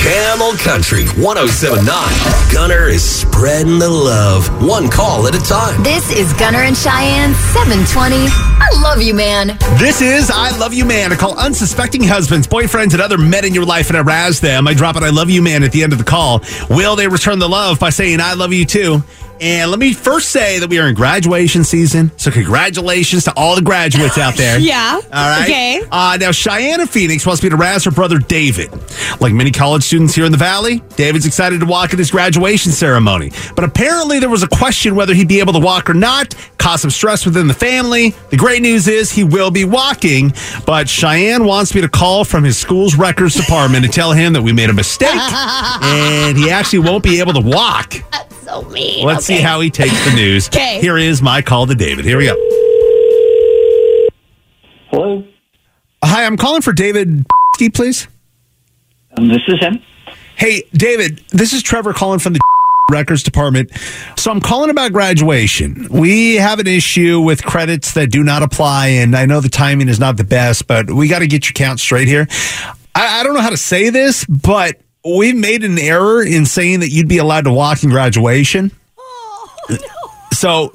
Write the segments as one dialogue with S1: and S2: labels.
S1: Camel Country 1079. Gunner is spreading the love, one call at a time.
S2: This is Gunner and Cheyenne 720. I love you, man.
S3: This is I Love You Man, a call unsuspecting husbands, boyfriends, and other men in your life, and I razz them. I drop an I Love You Man at the end of the call. Will they return the love by saying I love you too? And let me first say that we are in graduation season, so congratulations to all the graduates out there.
S4: Yeah.
S3: All right.
S4: Okay.
S3: Uh, now, Cheyenne Phoenix wants me to razz her brother David. Like many college students here in the Valley, David's excited to walk at his graduation ceremony. But apparently, there was a question whether he'd be able to walk or not, caused some stress within the family. The great news is he will be walking, but Cheyenne wants me to call from his school's records department to tell him that we made a mistake and he actually won't be able to walk.
S2: So mean.
S3: Let's see
S2: Okay.
S3: how he takes the news.
S4: 'Kay.
S3: Here is my call to David. Here we go.
S5: Hello,
S3: Hi, I'm calling for David, please.
S5: um, this is him.
S3: Hey, David, this is Trevor calling from the records department. So I'm calling about graduation. We have an issue with credits that do not apply, and I know the timing is not the best, but we got to get your count straight here. I, I don't know how to say this, but we made an error in saying that you'd be allowed to walk in graduation. So,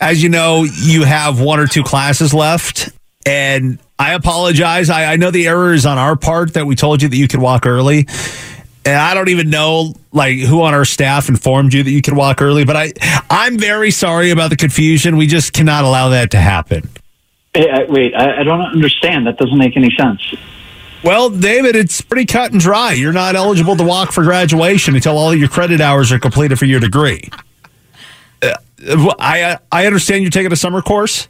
S3: as you know, you have one or two classes left, and I apologize. I, I know the error is on our part that we told you that you could walk early, and I don't even know like who on our staff informed you that you could walk early. But I, I'm very sorry about the confusion. We just cannot allow that to happen.
S5: Hey, I, wait, I, I don't understand. That doesn't make any sense.
S3: Well, David, it's pretty cut and dry. You're not eligible to walk for graduation until all your credit hours are completed for your degree. Uh, well, I I understand you're taking a summer course.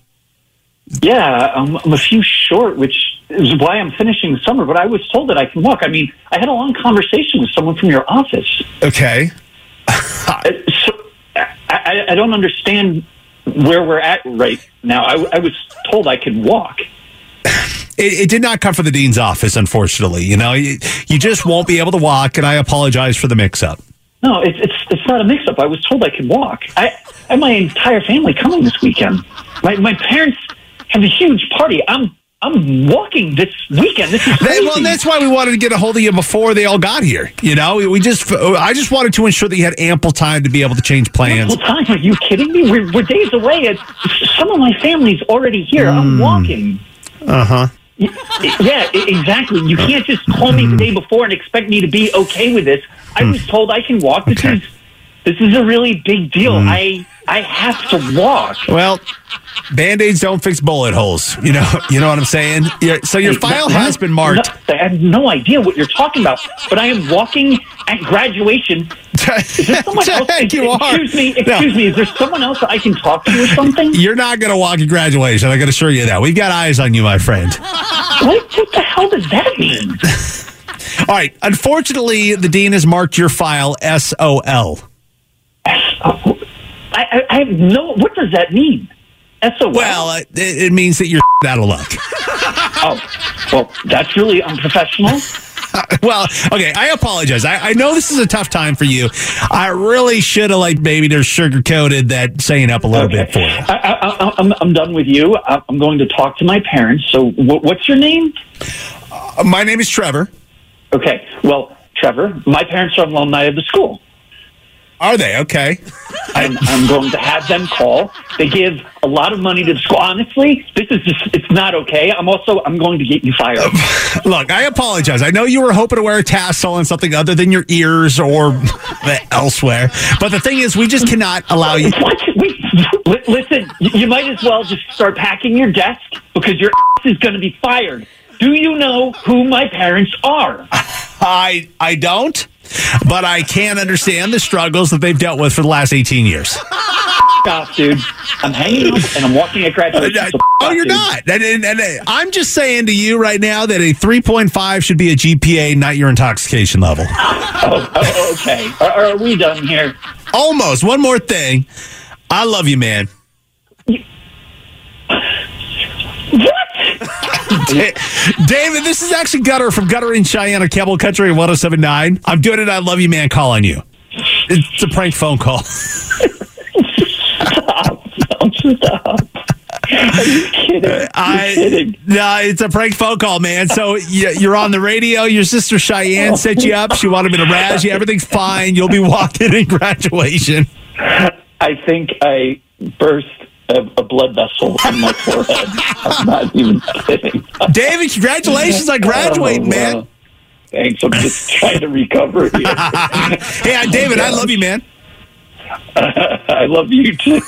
S5: Yeah, um, I'm, I'm a few short, which is why I'm finishing the summer. But I was told that I can walk. I mean, I had a long conversation with someone from your office.
S3: Okay.
S5: Uh, So, I, I, I don't understand where we're at right now. I, I was told I could walk.
S3: It, it did not come from the dean's office, unfortunately. You know, you, you just won't be able to walk, and I apologize for the mix-up.
S5: No, it's it's it's not a mix-up. I was told I could walk. I I have my entire family coming this weekend. My my parents have a huge party. I'm I'm walking this weekend. This is
S3: They,
S5: crazy.
S3: well, that's why we wanted to get a hold of you before they all got here. You know, we, we just I just wanted to ensure that you had ample time to be able to change plans.
S5: Whole time? Are you kidding me? We're, we're days away. It's, some of my family's already here.
S3: Hmm.
S5: I'm walking.
S3: Uh-huh.
S5: Uh huh. Yeah, e- exactly. You
S3: Uh,
S5: can't just call me
S3: hmm.
S5: the day before and expect me to be okay with this. I was told I can walk. This
S3: Okay. Hmm.
S5: is this is a really big deal. I I have to walk.
S3: Well, band-aids don't fix bullet holes. You know, you know what I'm saying. Yeah, so your file
S5: No,
S3: has been marked.
S5: no, I have no idea what you're talking about, but I am walking at graduation. Is there someone else?
S3: Heck, you
S5: excuse
S3: are.
S5: me,
S3: No.
S5: excuse me. Is there someone else that I can talk to or something?
S3: You're not going to walk at graduation. I can assure you that. We've got eyes on you, my friend.
S5: What, what the hell does that mean?
S3: All right. Unfortunately, the dean has marked your file SOL.
S5: Uh, I, I, I have no. What does that mean? SOL.
S3: Well, uh, it, it means that you're out of luck.
S5: oh, well, that's really unprofessional.
S3: Well, okay, I apologize. I, I know this is a tough time for you. I really should have, like, maybe just sugar coated that saying up a little bit for you.
S5: I, I, I, I'm, I'm done with you. I, I'm going to talk to my parents. So, wh- what's your name?
S3: Uh, My name is Trevor.
S5: Okay. Well, Trevor, my parents are alumni of the school.
S3: Are they? Okay.
S5: I'm, I'm going to have them call. They give a lot of money to the school. Honestly, this is just, it's not okay. I'm also, I'm going to get you fired.
S3: Look, I apologize. I know you were hoping to wear a tassel on something other than your ears or elsewhere. But the thing is, we just cannot allow you.
S5: What? Wait, li- listen, you you might as well just start packing your desk because your ass is going to be fired. Do you know who my parents are?
S3: I, I don't, but I can understand the struggles that they've dealt with for the last 18 years.
S5: off, dude. I'm hanging up and I'm walking at graduation. So
S3: Oh,
S5: off,
S3: you're
S5: dude.
S3: not. And, and, and, uh, I'm just saying to you right now that a 3.5 should be a GPA, not your intoxication level.
S5: Oh, oh, okay. Are, are we done here?
S3: Almost. One more thing. I love you, man. Da-
S5: What?
S3: David, this is actually Gutter from Gutter in Cheyenne or Campbell Country 1079. I'm doing it. I love you, man. Call on you. It's a prank phone call.
S5: Don't stop. Are you kidding?
S3: I,
S5: You're kidding.
S3: No, it's a prank phone call, man. So y- you're on the radio. Your sister Cheyenne set you up. She wanted me to razz you. Everything's fine. You'll be walking in graduation.
S5: I think I burst a, a blood vessel on my forehead. I'm not even kidding.
S3: David, congratulations on graduating,
S5: Oh,
S3: man.
S5: wow. Thanks. I'm just trying to recover here.
S3: Hey, uh, David, I love you, man.
S5: I love you too.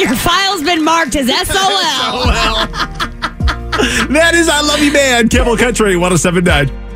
S4: Your file's been marked as SOL.
S3: That is I love you, man. Campbell Country 1079.